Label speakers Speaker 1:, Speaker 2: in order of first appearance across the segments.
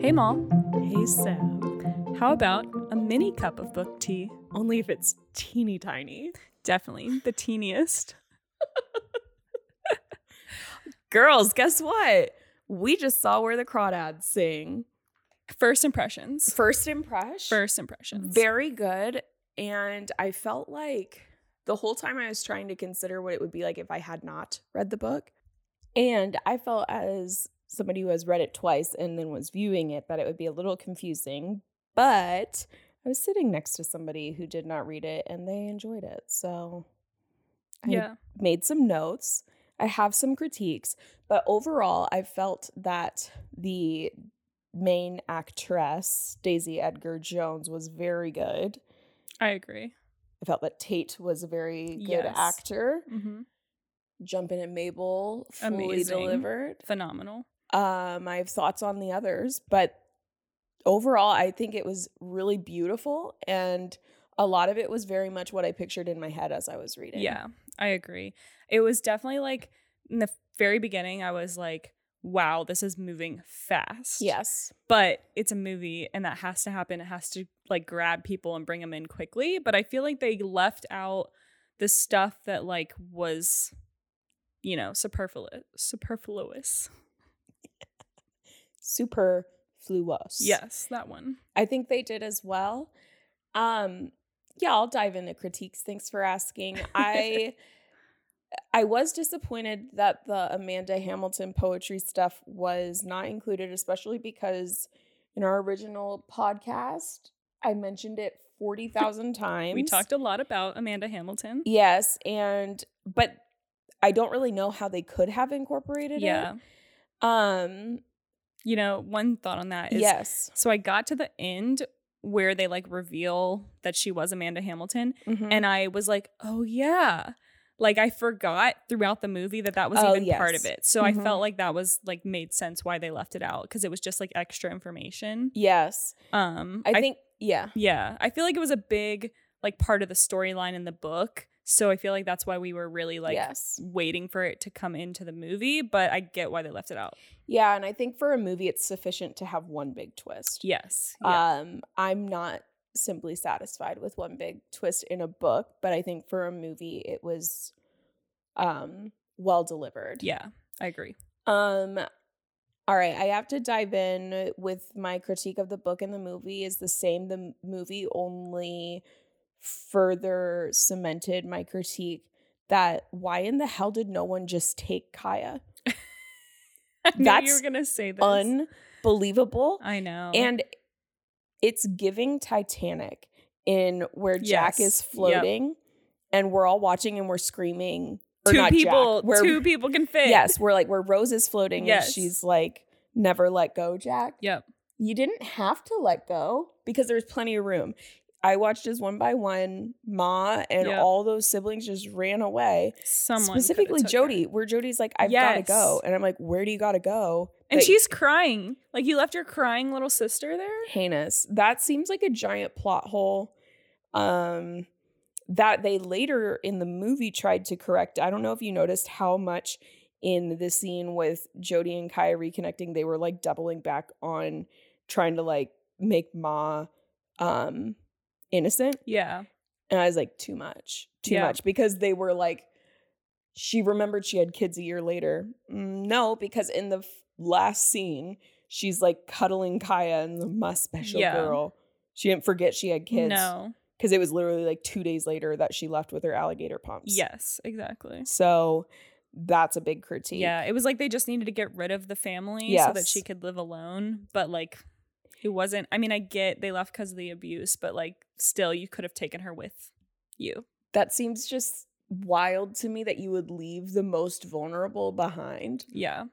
Speaker 1: Hey, Mom.
Speaker 2: Hey, Sam.
Speaker 1: How about a mini cup of book tea?
Speaker 2: Only if it's teeny tiny.
Speaker 1: Definitely the teeniest.
Speaker 2: Girls, guess what? We just saw where the crawdads sing.
Speaker 1: First impressions.
Speaker 2: First impression.
Speaker 1: First impressions.
Speaker 2: Very good. And I felt like the whole time I was trying to consider what it would be like if I had not read the book. And I felt as somebody who has read it twice and then was viewing it that it would be a little confusing. But I was sitting next to somebody who did not read it and they enjoyed it. So I
Speaker 1: yeah.
Speaker 2: made some notes. I have some critiques, but overall, I felt that the main actress, Daisy Edgar Jones, was very good.
Speaker 1: I agree.
Speaker 2: I felt that Tate was a very good
Speaker 1: Yes.
Speaker 2: actor.
Speaker 1: hmm
Speaker 2: Jumpin' and Mabel fully
Speaker 1: Amazing.
Speaker 2: delivered.
Speaker 1: Phenomenal.
Speaker 2: Um, I have thoughts on the others, but overall, I think it was really beautiful, and a lot of it was very much what I pictured in my head as I was reading.
Speaker 1: Yeah, I agree. It was definitely like in the very beginning, I was like, wow, this is moving fast.
Speaker 2: Yes.
Speaker 1: But it's a movie and that has to happen. It has to like grab people and bring them in quickly. But I feel like they left out the stuff that like was, you know, superfluous. Superfluous.
Speaker 2: Superfluous.
Speaker 1: Yes, that one.
Speaker 2: I think they did as well. Um, yeah, I'll dive into critiques. Thanks for asking. I I was disappointed that the Amanda Hamilton poetry stuff was not included, especially because in our original podcast, I mentioned it 40,000 times.
Speaker 1: We talked a lot about Amanda Hamilton.
Speaker 2: Yes, and but I don't really know how they could have incorporated
Speaker 1: Yeah.
Speaker 2: it. Um,
Speaker 1: You know, one thought on that is
Speaker 2: yes.
Speaker 1: so I got to the end where they like reveal that she was Amanda Hamilton.
Speaker 2: Mhm.
Speaker 1: and I was like, oh yeah. Like I forgot throughout the movie that that was
Speaker 2: Oh,
Speaker 1: even part of
Speaker 2: yes.
Speaker 1: it. So I
Speaker 2: Mhm.
Speaker 1: felt like that was like made sense why they left it out because it was just like extra information.
Speaker 2: yes.
Speaker 1: Um
Speaker 2: I think yeah.
Speaker 1: yeah, I feel like it was a big like part of the storyline in the book. So I feel like that's why we were really like
Speaker 2: yes.
Speaker 1: waiting for it to come into the movie, but I get why they left it out.
Speaker 2: Yeah, and I think for a movie, it's sufficient to have one big twist.
Speaker 1: Yes. Yeah.
Speaker 2: Um, I'm not simply satisfied with one big twist in a book, but I think for a movie, it was um, well delivered.
Speaker 1: yeah. I agree.
Speaker 2: Um, all right, I have to dive in with my critique of the book and the movie is the same. The m- movie only further cemented my critique that why in the hell did no one just take Kaya?
Speaker 1: I knew you
Speaker 2: That's
Speaker 1: were gonna say this.
Speaker 2: Unbelievable.
Speaker 1: I know.
Speaker 2: And it's giving Titanic in where Jack
Speaker 1: Yes.
Speaker 2: is
Speaker 1: Yep.
Speaker 2: floating and we're all watching and we're screaming. or
Speaker 1: two
Speaker 2: not Jack,
Speaker 1: people
Speaker 2: we're-
Speaker 1: two people can fit.
Speaker 2: Yes, we're like, where Rose is floating
Speaker 1: Yes.
Speaker 2: and she's like, never let go, Jack.
Speaker 1: Yep.
Speaker 2: You didn't have to let go because there's plenty of room. I watched his one by one, Ma and
Speaker 1: Yep.
Speaker 2: all those siblings just ran away.
Speaker 1: Someone coulda
Speaker 2: Specifically
Speaker 1: took her.
Speaker 2: Jody, where Jody's like, I've gotta
Speaker 1: Yes.
Speaker 2: go. And I'm like, where do you gotta go?
Speaker 1: And
Speaker 2: That-
Speaker 1: she's crying. Like you left your crying little sister there.
Speaker 2: heinous. That seems like a giant plot hole um that they later in the movie tried to correct. I don't know if you noticed how much in the scene with Jody and Kaya reconnecting they were like doubling back on trying to like make Ma um innocent.
Speaker 1: Yeah.
Speaker 2: And I was like too much. Too
Speaker 1: Yeah.
Speaker 2: much because they were like she remembered she had kids a year later. Mm, No, because in the f- last scene, she's like cuddling Kaya and my special
Speaker 1: Yeah.
Speaker 2: girl. She didn't forget she had kids.
Speaker 1: No.
Speaker 2: Because it was literally like two days later that she left with her alligator pumps.
Speaker 1: Yes, exactly.
Speaker 2: So that's a big critique.
Speaker 1: Yeah, it was like they just needed to get rid of the family so that
Speaker 2: Yes.
Speaker 1: she could live alone, but like it wasn't I mean, I get they left cuz of the abuse, but like still you could have taken her with you.
Speaker 2: That seems just wild to me that you would leave the most vulnerable behind.
Speaker 1: Yeah.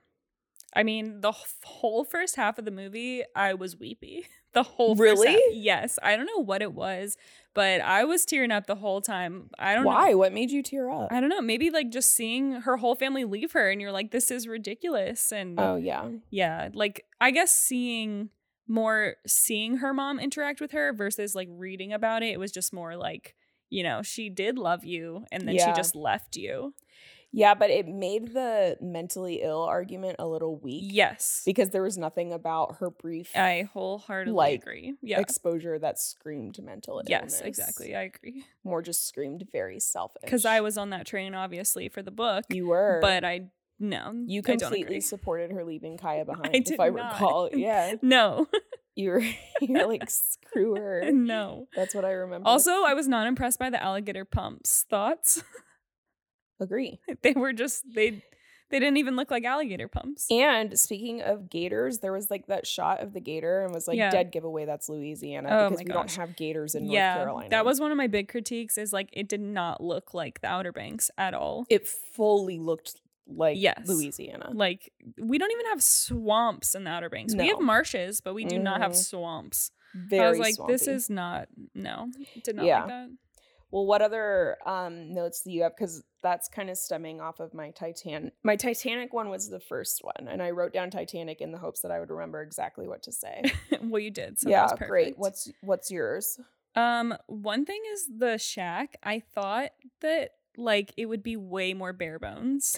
Speaker 1: I mean, the wh- whole first half of the movie, I was weepy. The whole first
Speaker 2: Really?
Speaker 1: half. yes. I don't know what it was, but I was tearing up the whole time. I don't know.
Speaker 2: Why? What made you tear up?
Speaker 1: I don't know, maybe like just seeing her whole family leave her and you're like, this is ridiculous. And
Speaker 2: oh, yeah.
Speaker 1: yeah, like I guess seeing more seeing her mom interact with her versus like reading about it, it was just more like, you know, she did love you and then
Speaker 2: Yeah.
Speaker 1: she just left you.
Speaker 2: Yeah, but it made the mentally ill argument a little weak
Speaker 1: Yes.
Speaker 2: because there was nothing about her brief
Speaker 1: I wholeheartedly
Speaker 2: Like,
Speaker 1: agree. Yeah.
Speaker 2: exposure that screamed mental illness.
Speaker 1: yes, exactly. I agree.
Speaker 2: More just screamed very selfish.
Speaker 1: Because I was on that train, obviously, for the book.
Speaker 2: you were,
Speaker 1: But I, no. I
Speaker 2: you
Speaker 1: don't
Speaker 2: completely
Speaker 1: agree.
Speaker 2: supported her leaving Kaya behind.
Speaker 1: did
Speaker 2: if I
Speaker 1: not.
Speaker 2: recall, yeah,
Speaker 1: No,
Speaker 2: you were, you were like screw her.
Speaker 1: no.
Speaker 2: That's what I remember.
Speaker 1: Also, I was not impressed by the alligator pumps. Thoughts?
Speaker 2: agree.
Speaker 1: They were just, they they didn't even look like alligator pumps.
Speaker 2: And speaking of gators, there was like that shot of the gator and was like
Speaker 1: Yeah.
Speaker 2: dead giveaway. That's Louisiana
Speaker 1: Oh
Speaker 2: because
Speaker 1: my
Speaker 2: we don't
Speaker 1: gosh.
Speaker 2: have gators in
Speaker 1: yeah,
Speaker 2: North Carolina.
Speaker 1: that was one of my big critiques is like it did not look like the Outer Banks at all.
Speaker 2: it. Fully looked like
Speaker 1: Yes.
Speaker 2: Louisiana.
Speaker 1: like we don't even have swamps in the Outer Banks. We have
Speaker 2: No.
Speaker 1: marshes, but we do not have
Speaker 2: Mhm.
Speaker 1: swamps.
Speaker 2: Very
Speaker 1: I was like, this
Speaker 2: swampy.
Speaker 1: is not no. Did not
Speaker 2: Yeah.
Speaker 1: like that.
Speaker 2: Well, what other um, notes do you have? Because that's kind of stemming off of my Titan. My Titanic one was the first one, and I wrote down Titanic in the hopes that I would remember exactly what to say.
Speaker 1: well, you did. So
Speaker 2: yeah,
Speaker 1: that was
Speaker 2: great.
Speaker 1: perfect.
Speaker 2: What's what's yours?
Speaker 1: um one thing is the shack. I thought that like it would be way more bare bones.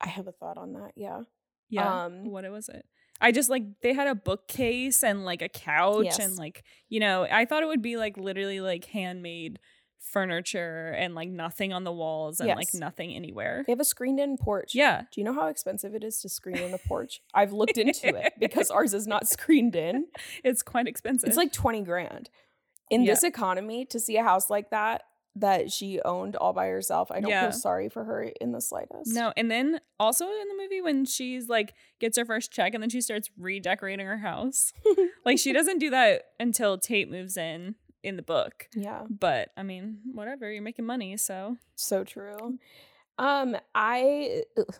Speaker 2: I have a thought on that. Yeah,
Speaker 1: Yeah.
Speaker 2: Um,
Speaker 1: what was it? I just like they had a bookcase and like a couch and
Speaker 2: Yes.
Speaker 1: like you know I thought it would be like literally like handmade furniture and like nothing on the walls and like
Speaker 2: Yes.
Speaker 1: nothing anywhere.
Speaker 2: they have a screened-in porch.
Speaker 1: Yeah.
Speaker 2: Do you know how expensive it is to screen in a porch? I've looked into it because ours is not screened in.
Speaker 1: It's quite expensive.
Speaker 2: It's like twenty grand in
Speaker 1: Yeah.
Speaker 2: this economy to see a house like that that she owned all by herself. I don't
Speaker 1: Yeah.
Speaker 2: feel sorry for her in the slightest.
Speaker 1: no, and then also in the movie when she's like gets her first check and then she starts redecorating her house. like she doesn't do that until Tate moves in in the book.
Speaker 2: Yeah.
Speaker 1: But I mean, whatever, you're making money, so
Speaker 2: So true. Um, I ugh,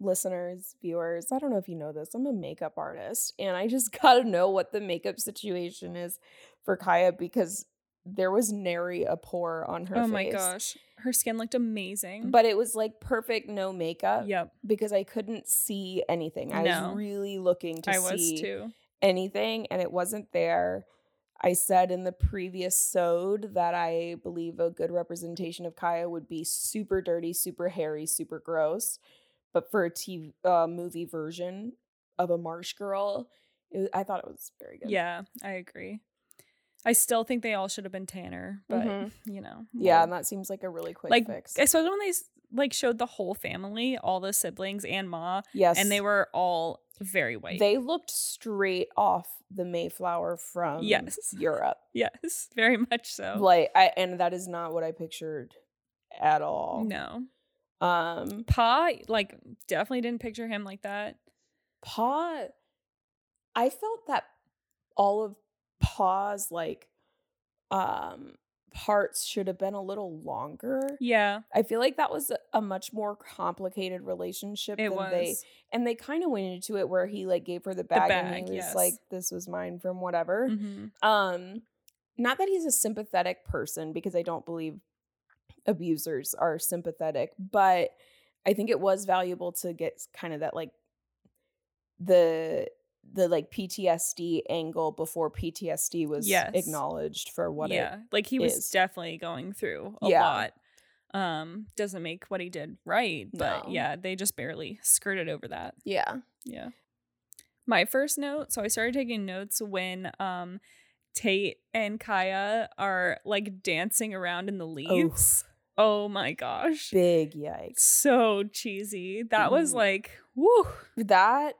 Speaker 2: listeners, viewers, I don't know if you know this. I'm a makeup artist, and I just gotta know what the makeup situation is for Kaya because there was nary a pore on her
Speaker 1: oh
Speaker 2: face.
Speaker 1: my gosh, her skin looked amazing.
Speaker 2: But uh, it was like perfect no makeup
Speaker 1: yep,
Speaker 2: because I couldn't see anything. I
Speaker 1: No.
Speaker 2: was really looking to
Speaker 1: I
Speaker 2: see
Speaker 1: was too.
Speaker 2: anything and it wasn't there. I said in the previous sode that I believe a good representation of Kaya would be super dirty, super hairy, super gross. But for a TV uh, movie version of a marsh girl, it, was- I thought it was very good.
Speaker 1: Yeah, I agree. I still think they all should have been tanner, but
Speaker 2: Mhm.
Speaker 1: you know.
Speaker 2: Yeah,
Speaker 1: well,
Speaker 2: and that seems like a really quick
Speaker 1: like
Speaker 2: fix.
Speaker 1: especially when they s- like showed the whole family, all the siblings and Ma,
Speaker 2: Yes.
Speaker 1: and they were all very white.
Speaker 2: they looked straight off the Mayflower from
Speaker 1: Yes. Oh.
Speaker 2: Europe.
Speaker 1: yes, very much so.
Speaker 2: Like I and that is not what I pictured at all.
Speaker 1: no,
Speaker 2: Um
Speaker 1: Pa like definitely didn't picture him like that.
Speaker 2: Pa, I felt that all of Pa's like um parts should have been a little longer.
Speaker 1: Yeah,
Speaker 2: I feel like that was a- a much more complicated relationship
Speaker 1: it
Speaker 2: than
Speaker 1: was.
Speaker 2: they and they kind of went into it where he like gave her the bag,
Speaker 1: bag,
Speaker 2: and he was
Speaker 1: yes.
Speaker 2: like this was mine from whatever.
Speaker 1: Mhm.
Speaker 2: Um not that he's a sympathetic person because I don't believe abusers are sympathetic, but I think it was valuable to get kind of that like the the like PTSD angle before PTSD was
Speaker 1: Yes.
Speaker 2: acknowledged for what it
Speaker 1: yeah, like he was
Speaker 2: is.
Speaker 1: definitely going through a
Speaker 2: Yeah.
Speaker 1: lot. Um, doesn't make what he did right, but
Speaker 2: No.
Speaker 1: yeah, they just barely skirted over that.
Speaker 2: yeah.
Speaker 1: Yeah. My first note, so I started taking notes when um Tate and Kaya are like dancing around in the leaves. Oh, my gosh.
Speaker 2: Oh. Big yikes.
Speaker 1: So cheesy. That was
Speaker 2: Mhm.
Speaker 1: like, whew.
Speaker 2: That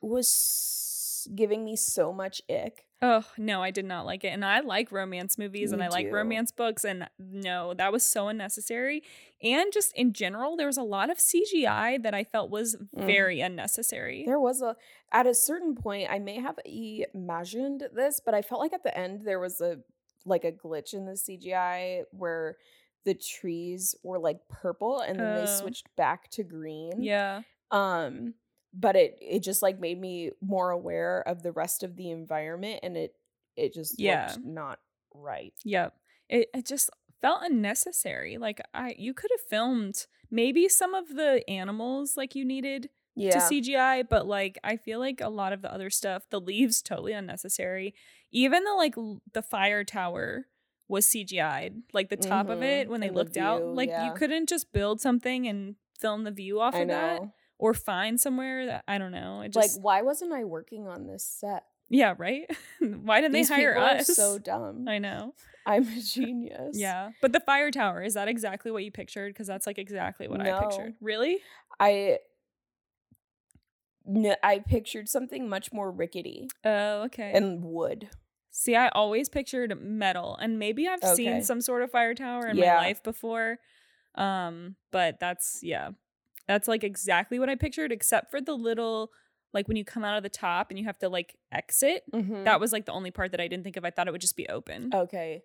Speaker 2: was s- giving me so much ick.
Speaker 1: Oh, no, I did not like it. And I like romance movies and
Speaker 2: Me
Speaker 1: I like
Speaker 2: too.
Speaker 1: romance books. And no, that was so unnecessary. And just in general, there was a lot of CGI that I felt was
Speaker 2: Mm.
Speaker 1: very unnecessary.
Speaker 2: There was a at a certain point I may have imagined this, but I felt like at the end there was a like a glitch in the CGI where the trees were like purple and then
Speaker 1: Oh.
Speaker 2: they switched back to green.
Speaker 1: Yeah.
Speaker 2: Um but it it just like made me more aware of the rest of the environment and it it just
Speaker 1: Yeah.
Speaker 2: looked not right.
Speaker 1: Yep. It it just felt unnecessary. Like I you could have filmed maybe some of the animals like you needed
Speaker 2: Yeah.
Speaker 1: to CGI, but like I feel like a lot of the other stuff, the leaves totally unnecessary. Even the like l- the fire tower was CGI'd. Like the top of
Speaker 2: Mhm.
Speaker 1: it when they
Speaker 2: And the
Speaker 1: looked out,
Speaker 2: view,
Speaker 1: like
Speaker 2: yeah.
Speaker 1: you couldn't just build something and film the view off
Speaker 2: I
Speaker 1: of that
Speaker 2: know.
Speaker 1: or find somewhere that I don't know. It
Speaker 2: Like,
Speaker 1: just
Speaker 2: why wasn't I working on this set?
Speaker 1: yeah, right. Why didn't
Speaker 2: These
Speaker 1: they hire
Speaker 2: people
Speaker 1: us?
Speaker 2: are so dumb.
Speaker 1: I know.
Speaker 2: I'm a genius.
Speaker 1: Yeah, but the fire tower is that exactly what you pictured? Because that's like exactly what I pictured.
Speaker 2: No.
Speaker 1: Really?
Speaker 2: I n- I pictured something much more rickety
Speaker 1: Oh, okay.
Speaker 2: and wood.
Speaker 1: See, I always pictured metal, and maybe I've
Speaker 2: Okay.
Speaker 1: seen some sort of fire tower in
Speaker 2: Yeah.
Speaker 1: my life before. Um, but that's yeah, that's like exactly what I pictured, except for the little like when you come out of the top and you have to like exit.
Speaker 2: Mm-hmm.
Speaker 1: That was like the only part that I didn't think of. I thought it would just be open.
Speaker 2: okay.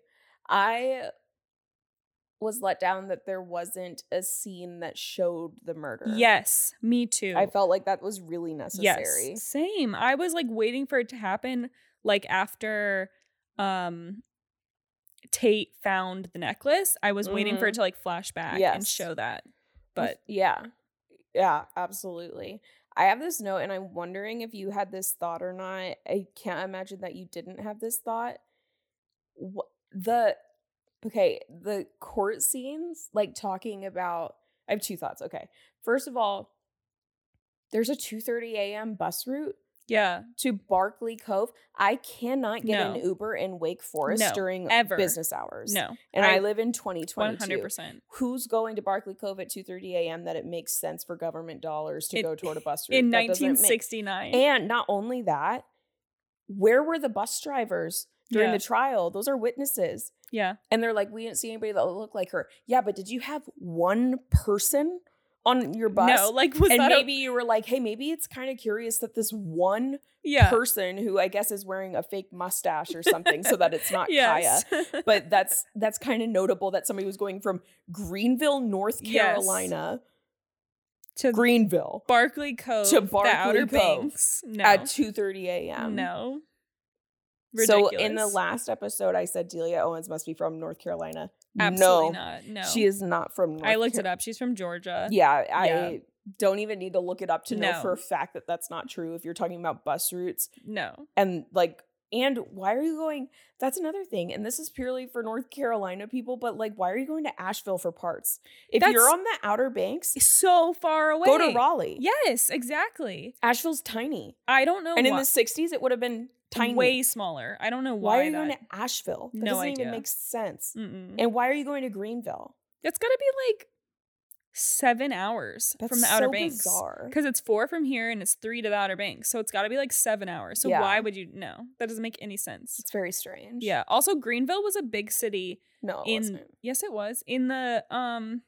Speaker 2: I was let down that there wasn't a scene that showed the murder.
Speaker 1: Yes, me too.
Speaker 2: I felt like that was really necessary.
Speaker 1: Yes, same. I was like waiting for it to happen, like after um Tate found the necklace. I was waiting for it to like flash back and
Speaker 2: Mm-hmm. Yes.
Speaker 1: show that. But
Speaker 2: yeah. Yeah, absolutely. I have this note and I'm wondering if you had this thought or not. I can't imagine that you didn't have this thought. Wh- The okay, the court scenes like talking about I have two thoughts. Okay. First of all, there's a 2:30 a.m. bus route
Speaker 1: yeah,
Speaker 2: to Barclay Cove. I cannot get
Speaker 1: No.
Speaker 2: an Uber in Wake Forest
Speaker 1: No,
Speaker 2: during
Speaker 1: ever.
Speaker 2: business hours.
Speaker 1: no,
Speaker 2: And I,
Speaker 1: I-
Speaker 2: live in
Speaker 1: one
Speaker 2: 2022
Speaker 1: hundred percent.
Speaker 2: who's going to Barclay Cove at 2:30 a.m. that it makes sense for government dollars to
Speaker 1: It-
Speaker 2: go toward a bus route
Speaker 1: In
Speaker 2: That doesn't make-
Speaker 1: nineteen sixty nine,
Speaker 2: And not only that, where were the bus drivers during
Speaker 1: Yeah.
Speaker 2: the trial? Those are witnesses.
Speaker 1: yeah,
Speaker 2: And they're like, we didn't see anybody that looked like her. Yeah, but did you have one person on your bus?
Speaker 1: no, like was
Speaker 2: and
Speaker 1: that
Speaker 2: maybe you were like, hey, maybe it's kind of curious that this one
Speaker 1: a, yeah,
Speaker 2: person who I guess is wearing a fake mustache or something so that it's not Kaya
Speaker 1: yes,
Speaker 2: but that's that's kind of notable that somebody was going from Greenville, North
Speaker 1: Yes.
Speaker 2: Carolina,
Speaker 1: to
Speaker 2: Greenville
Speaker 1: Barclay Cove
Speaker 2: Barclay
Speaker 1: the Outer
Speaker 2: Cove
Speaker 1: Banks. No,
Speaker 2: at 2:30 a.m.
Speaker 1: no.
Speaker 2: So in the
Speaker 1: Ridiculous.
Speaker 2: last episode, I said Delia Owens must be from North Carolina.
Speaker 1: absolutely
Speaker 2: no,
Speaker 1: not. No,
Speaker 2: she is not from. North
Speaker 1: I looked it up. She's from Georgia.
Speaker 2: Yeah, I
Speaker 1: Yeah.
Speaker 2: don't even need to look it up to know
Speaker 1: No.
Speaker 2: for a fact that that's not true. If you're talking about bus routes
Speaker 1: No.
Speaker 2: and like. And why are you going? That's another thing. And this is purely for North Carolina people, but like, why are you going to Asheville for parts? If
Speaker 1: That's-
Speaker 2: you're on the Outer Banks,
Speaker 1: So far away.
Speaker 2: Go to Raleigh.
Speaker 1: Yes, exactly.
Speaker 2: Asheville's tiny.
Speaker 1: I don't know.
Speaker 2: and in
Speaker 1: why-
Speaker 2: the 60s, it would have been tiny.
Speaker 1: way smaller. I don't know
Speaker 2: why,
Speaker 1: why,
Speaker 2: are you
Speaker 1: that.
Speaker 2: going to Asheville? That
Speaker 1: No
Speaker 2: doesn't even
Speaker 1: idea. Mm-hmm.
Speaker 2: make sense.
Speaker 1: Mm-mm.
Speaker 2: And why are you going to Greenville?
Speaker 1: It's got to be like seven hours
Speaker 2: That's
Speaker 1: from the Outer
Speaker 2: so
Speaker 1: Banks
Speaker 2: bizarre.
Speaker 1: because it's four from here and it's three to the Outer Banks, so it's got to be like seven hours. So
Speaker 2: Yeah.
Speaker 1: why would you? No, that doesn't make any sense.
Speaker 2: It's very strange.
Speaker 1: Yeah. Also, Greenville was a big city.
Speaker 2: No, it
Speaker 1: in
Speaker 2: wasn't.
Speaker 1: yes, it was in the um,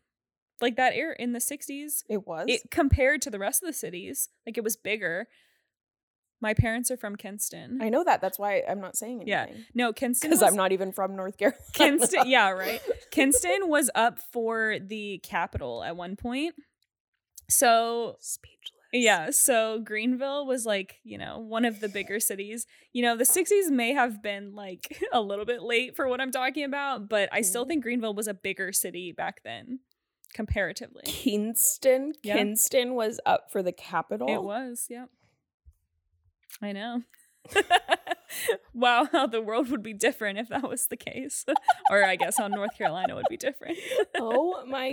Speaker 1: like that era in the '60s.
Speaker 2: It was.
Speaker 1: it compared to the rest of the cities like it was bigger my parents are from kinston
Speaker 2: I know that. That's why I'm not saying
Speaker 1: Yeah.
Speaker 2: anything.
Speaker 1: no kinston
Speaker 2: Because
Speaker 1: was-
Speaker 2: I'm not even from North Carolina.
Speaker 1: kinston yeah right kinston was up for the capital at one point so
Speaker 2: Speechless.
Speaker 1: yeah so greenville was like you know one of the bigger cities you know the 60s may have been like a little bit late for what i'm talking about but i still
Speaker 2: Mhm.
Speaker 1: think greenville was a bigger city back then comparatively
Speaker 2: Kinston.
Speaker 1: Yeah.
Speaker 2: Kinston was up for the capital.
Speaker 1: It was, yep. I know. wow, how the world would be different if that was the case. or I guess how North Carolina would be different.
Speaker 2: oh my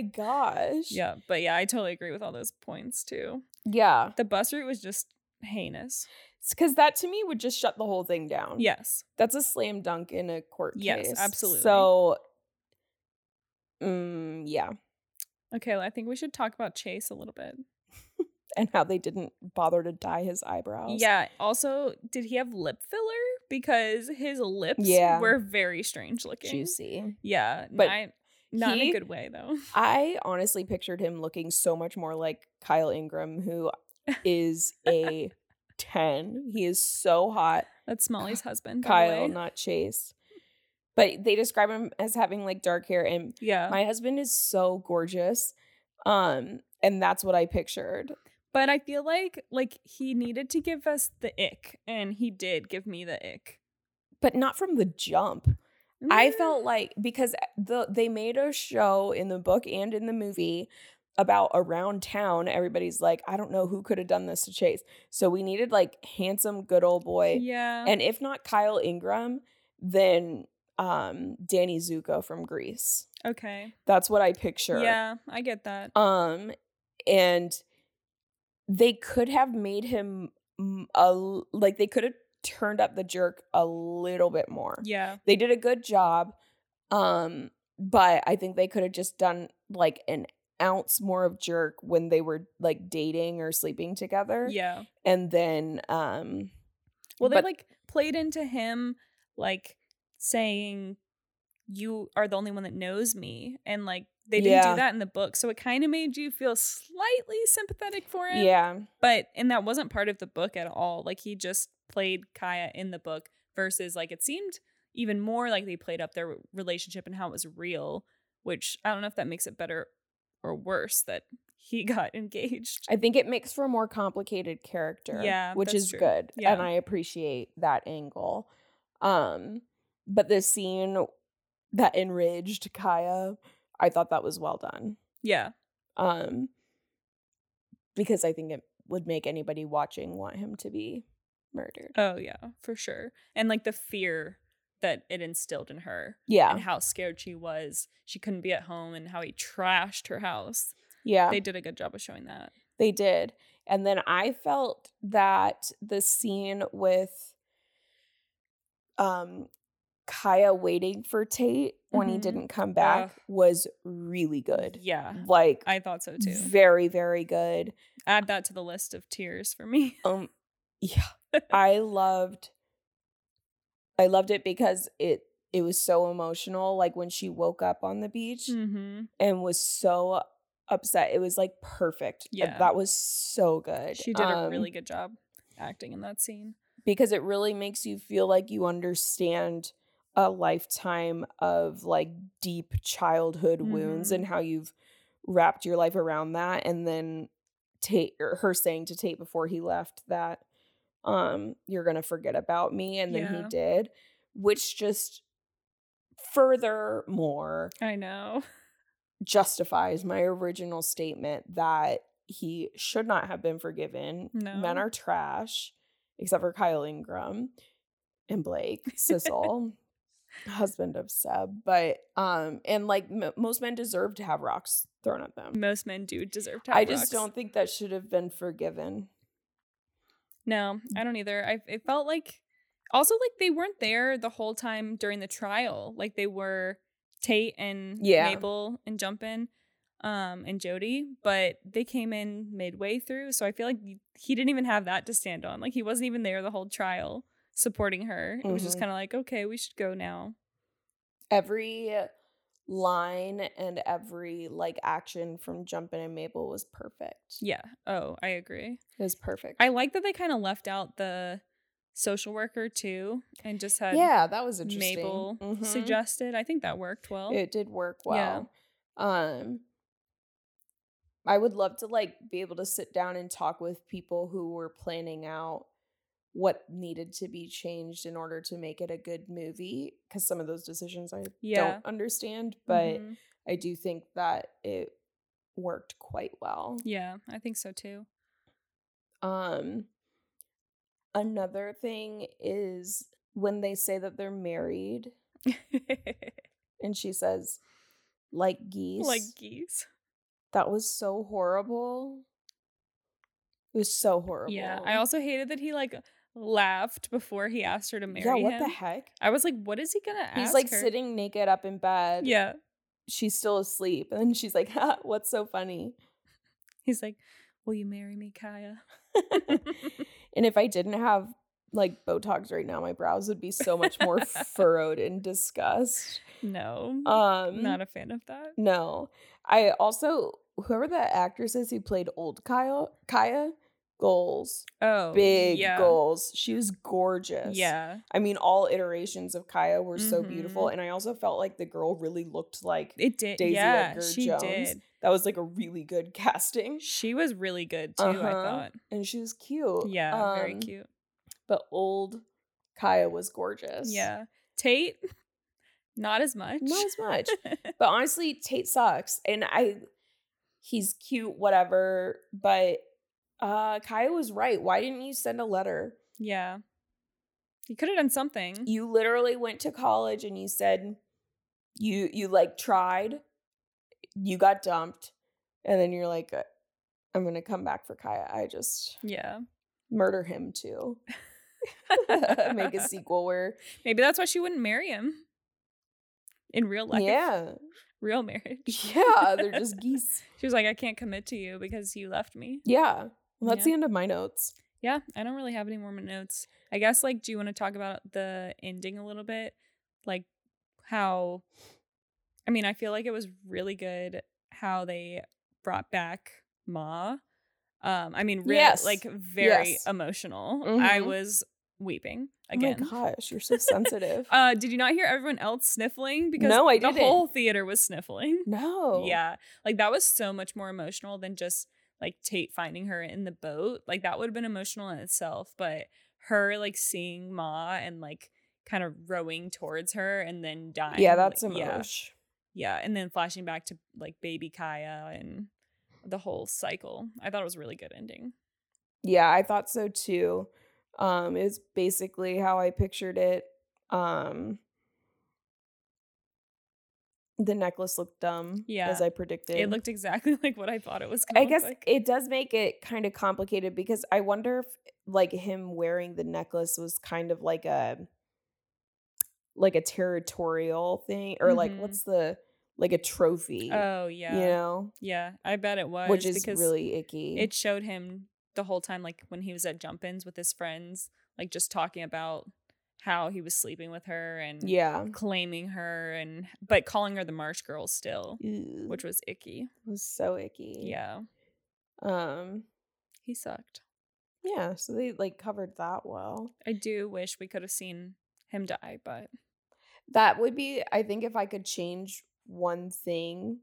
Speaker 2: gosh.
Speaker 1: yeah, but yeah, I totally agree with all those points too.
Speaker 2: Yeah.
Speaker 1: The bus route was just heinous.
Speaker 2: Because that to me would just shut the whole thing down.
Speaker 1: Yes.
Speaker 2: That's a slam dunk in a court
Speaker 1: Yes,
Speaker 2: case.
Speaker 1: absolutely.
Speaker 2: So, mm, yeah,
Speaker 1: Okay, I think we should talk about Chase a little bit.
Speaker 2: and how they didn't bother to dye his eyebrows.
Speaker 1: Yeah. Also, did he have lip filler? Because his lips
Speaker 2: Yeah.
Speaker 1: were very strange looking.
Speaker 2: juicy.
Speaker 1: Yeah.
Speaker 2: But
Speaker 1: not, not in
Speaker 2: he-
Speaker 1: a good way though.
Speaker 2: I honestly pictured him looking so much more like Kyle Ingram, who is a ten. He is so hot,
Speaker 1: That's Molly's husband. by the
Speaker 2: Kyle,
Speaker 1: way.
Speaker 2: not Chase. But they describe him as having like dark hair, and
Speaker 1: Yeah.
Speaker 2: my husband is so gorgeous. Um, and that's what I pictured.
Speaker 1: But I feel like like he needed to give us the ick, and he did give me the ick.
Speaker 2: But not from the jump.
Speaker 1: Mm.
Speaker 2: I felt like because eh, the they made a show in the book and in the movie about around town. Everybody's like, I don't know who could have done this to Chase. So we needed like handsome, good old boy,
Speaker 1: yeah,
Speaker 2: and if not Kyle Ingram, then um Danny Zuko from Greece.
Speaker 1: okay,
Speaker 2: That's what I picture.
Speaker 1: yeah, I get that.
Speaker 2: Um, and they could have made him mm, a l- like they could have turned up the jerk a little bit more.
Speaker 1: Yeah.
Speaker 2: They did a good job um but I think they could have just done like an ounce more of jerk when they were like dating or sleeping together
Speaker 1: Yeah.
Speaker 2: and then um
Speaker 1: Well, they
Speaker 2: But-
Speaker 1: like played into him like saying you are the only one that knows me and like they didn't
Speaker 2: Yeah.
Speaker 1: do that in the book. So it kind of made you feel slightly sympathetic for him.
Speaker 2: yeah
Speaker 1: But and that wasn't part of the book at all. Like he just played Kaya in the book versus like it seemed even more like they played up their relationship and how it was real, which I don't know if that makes it better or worse that he got engaged.
Speaker 2: I think it makes for a more complicated character.
Speaker 1: Yeah,
Speaker 2: Which
Speaker 1: that's
Speaker 2: is
Speaker 1: true.
Speaker 2: good.
Speaker 1: Yeah.
Speaker 2: And I appreciate that angle. Um, but the scene that enraged Kaya, I thought that was well done.
Speaker 1: Yeah.
Speaker 2: Um, because I think it would make anybody watching want him to be murdered.
Speaker 1: Oh yeah, for sure. And like the fear that it instilled in her
Speaker 2: Yeah.
Speaker 1: and how scared she was. She couldn't be at home and how he trashed her house.
Speaker 2: Yeah.
Speaker 1: They did a good job of showing that.
Speaker 2: They did. And then I felt that the scene with um Kaya waiting for Tate when he
Speaker 1: Mhm.
Speaker 2: didn't come back
Speaker 1: Ugh.
Speaker 2: was really good. Mm-hmm.
Speaker 1: Yeah.
Speaker 2: Like
Speaker 1: I thought so too.
Speaker 2: very very good.
Speaker 1: Add that to the list of tears for me.
Speaker 2: Um yeah. I loved I loved it because it it was so emotional like when she woke up on the beach
Speaker 1: Mm-hmm.
Speaker 2: and was so upset. It was like perfect.
Speaker 1: Yeah.
Speaker 2: That was so good.
Speaker 1: She did a
Speaker 2: Um,
Speaker 1: really good job acting in that scene.
Speaker 2: because it really makes you feel like you understand a lifetime of like deep childhood wounds
Speaker 1: Mhm.
Speaker 2: and how you've wrapped your life around that and then Tate or her saying to Tate before he left that um you're going to forget about me and then
Speaker 1: Yeah.
Speaker 2: he did which just furthermore
Speaker 1: I know.
Speaker 2: justifies my original statement that he should not have been forgiven.
Speaker 1: No.
Speaker 2: Men are trash, except for Kyle Ingram and Blake Sissel, husband of Seb. But um, and like m- most men deserve to have rocks thrown at them.
Speaker 1: Most men do deserve to. Have
Speaker 2: I just
Speaker 1: rocks.
Speaker 2: don't think that should have been forgiven.
Speaker 1: No, I don't either. I it felt like also like they weren't there the whole time during the trial. Like they were Tate and
Speaker 2: Yeah.
Speaker 1: Mabel and Jumpin um and Jody, but they came in midway through, so I feel like he didn't even have that to stand on. Like he wasn't even there the whole trial supporting her. It was just
Speaker 2: Mhm.
Speaker 1: kind of like, okay, we should go now.
Speaker 2: Every line and every like action from Jumpin' and Mabel was perfect.
Speaker 1: Yeah. Oh, I agree.
Speaker 2: It was perfect.
Speaker 1: I like that they kind of left out the social worker too and just had
Speaker 2: yeah, that was interesting.
Speaker 1: Mabel
Speaker 2: Mhm.
Speaker 1: suggested. I think that worked well.
Speaker 2: it did work
Speaker 1: Yeah.
Speaker 2: well. Um I would love to like be able to sit down and talk with people who were planning out what needed to be changed in order to make it a good movie cuz some of those decisions I
Speaker 1: Yeah.
Speaker 2: don't understand, but
Speaker 1: Mhm.
Speaker 2: I do think that it worked quite well.
Speaker 1: yeah, I think so too.
Speaker 2: Um another thing is when they say that they're married and she says like geese
Speaker 1: like geese.
Speaker 2: That was so horrible. It was so horrible.
Speaker 1: Yeah, I also hated that he like laughed before he asked her to marry
Speaker 2: yeah. What
Speaker 1: him.
Speaker 2: the heck?
Speaker 1: I was like, what is he gonna ask?
Speaker 2: He's like
Speaker 1: her?
Speaker 2: sitting naked up in bed.
Speaker 1: Yeah,
Speaker 2: she's still asleep, and then she's like, ha, "What's so funny?"
Speaker 1: he's like, will you marry me, Kaya?
Speaker 2: and if I didn't have like Botox right now, my brows would be so much more furrowed in disgust.
Speaker 1: no,
Speaker 2: Um,
Speaker 1: not a fan of that.
Speaker 2: no. I also whoever that actress is who played old Kyle Kaya goals,
Speaker 1: Oh,
Speaker 2: big
Speaker 1: yeah,
Speaker 2: goals. She was gorgeous.
Speaker 1: yeah,
Speaker 2: I mean, all iterations of Kaya were so
Speaker 1: Mhm.
Speaker 2: beautiful, and I also felt like the girl really looked like
Speaker 1: it did.
Speaker 2: Daisy
Speaker 1: yeah,
Speaker 2: Edgar
Speaker 1: she
Speaker 2: Jones.
Speaker 1: did.
Speaker 2: that was like a really good casting,
Speaker 1: She was really good too. I
Speaker 2: Uh-huh.
Speaker 1: thought.
Speaker 2: and she was cute.
Speaker 1: Yeah, very
Speaker 2: Um,
Speaker 1: cute.
Speaker 2: But old Kaya was gorgeous.
Speaker 1: Yeah, Tate, not as much.
Speaker 2: not as much. but honestly, Tate sucks, and I he's cute, whatever. But uh Kaya was right. Why didn't you send a letter?
Speaker 1: yeah, he could have done something.
Speaker 2: You literally went to college and you said you you like tried, you got dumped, and then you're like, I'm gonna come back for Kaya. I just
Speaker 1: Yeah.
Speaker 2: murder him too. Make a sequel where
Speaker 1: Maybe that's why she wouldn't marry him. In real life.
Speaker 2: yeah,
Speaker 1: Real marriage.
Speaker 2: yeah, they're just geese.
Speaker 1: She was like, I can't commit to you because you left me.
Speaker 2: Yeah, well, that's
Speaker 1: Yeah.
Speaker 2: the end of my notes. Oh
Speaker 1: Yeah, I don't really have any more notes. I guess like do you want to talk about the ending a little bit? Like how I mean, I feel like it was really good how they brought back Ma. Um I mean, really
Speaker 2: Yes.
Speaker 1: like very
Speaker 2: Yes.
Speaker 1: emotional. I
Speaker 2: Mhm.
Speaker 1: was weeping
Speaker 2: Again.
Speaker 1: again.
Speaker 2: Oh my gosh, you're so sensitive.
Speaker 1: Uh, did you not hear everyone else sniffling? Because
Speaker 2: No, I
Speaker 1: the
Speaker 2: didn't.
Speaker 1: whole theater was sniffling.
Speaker 2: no.
Speaker 1: Yeah. Like that was so much more emotional than just like Tate finding her in the boat. Like that would have been emotional in itself, but her like seeing Ma and like kind of rowing towards her and then dying.
Speaker 2: Yeah, that's
Speaker 1: like, yeah,
Speaker 2: emotional.
Speaker 1: yeah. And then flashing back to like baby Kaya and the whole cycle. I thought it was a really good ending.
Speaker 2: Yeah, I thought so too. Um, it's basically how I pictured it. Um, the necklace looked dumb,
Speaker 1: Yeah.
Speaker 2: as I predicted.
Speaker 1: It looked exactly like what I thought it was
Speaker 2: I
Speaker 1: going
Speaker 2: guess
Speaker 1: like.
Speaker 2: it does make it kind of complicated because I wonder if like him wearing the necklace was kind of like a like a territorial thing or like
Speaker 1: Mhm.
Speaker 2: what's the like a trophy,
Speaker 1: Oh
Speaker 2: you
Speaker 1: yeah.
Speaker 2: know,
Speaker 1: Yeah. I bet it was
Speaker 2: which is
Speaker 1: because
Speaker 2: really icky.
Speaker 1: it showed him the whole time like when he was at jump ins with his friends like just talking about how he was sleeping with her and
Speaker 2: yeah.
Speaker 1: claiming her and but calling her the marsh girl still
Speaker 2: Ew.
Speaker 1: which was icky
Speaker 2: was so icky.
Speaker 1: yeah
Speaker 2: Um
Speaker 1: he sucked
Speaker 2: yeah, so they like covered that well.
Speaker 1: i do wish we could have seen him die but
Speaker 2: That would be I think if I could change one thing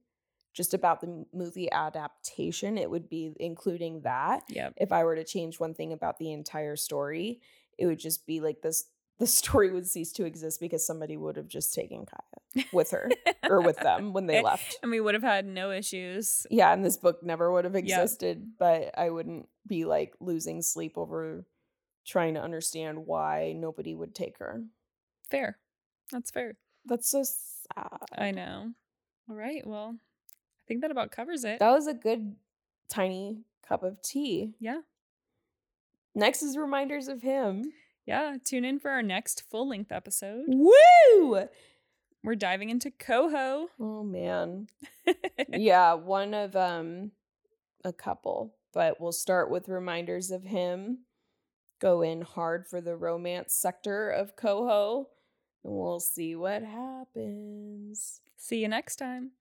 Speaker 2: just about the m- movie adaptation, it would be including that.
Speaker 1: yeah
Speaker 2: If I were to change one thing about the entire story, it would just be like this the story would cease to exist because somebody would have just taken Kaya with her or with them when they left.
Speaker 1: and we would have had no issues
Speaker 2: Yeah, and this book never would have
Speaker 1: Yeah.
Speaker 2: existed, but I wouldn't be like losing sleep over trying to understand why nobody would take her.
Speaker 1: fair that's fair
Speaker 2: That's so sad.
Speaker 1: i know all right well i think that about covers it
Speaker 2: That was a good tiny cup of tea.
Speaker 1: yeah
Speaker 2: Next is reminders of him.
Speaker 1: yeah tune in for our next full length episode
Speaker 2: Mm. Woo!
Speaker 1: We're diving into Coho.
Speaker 2: Oh man. yeah, one of um a couple, but we'll start with reminders of him. Go in hard for the romance sector of Coho, and we'll see what happens.
Speaker 1: See you next time.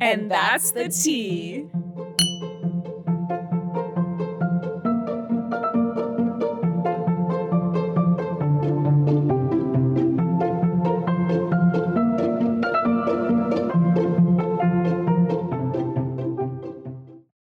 Speaker 2: And that's the tea.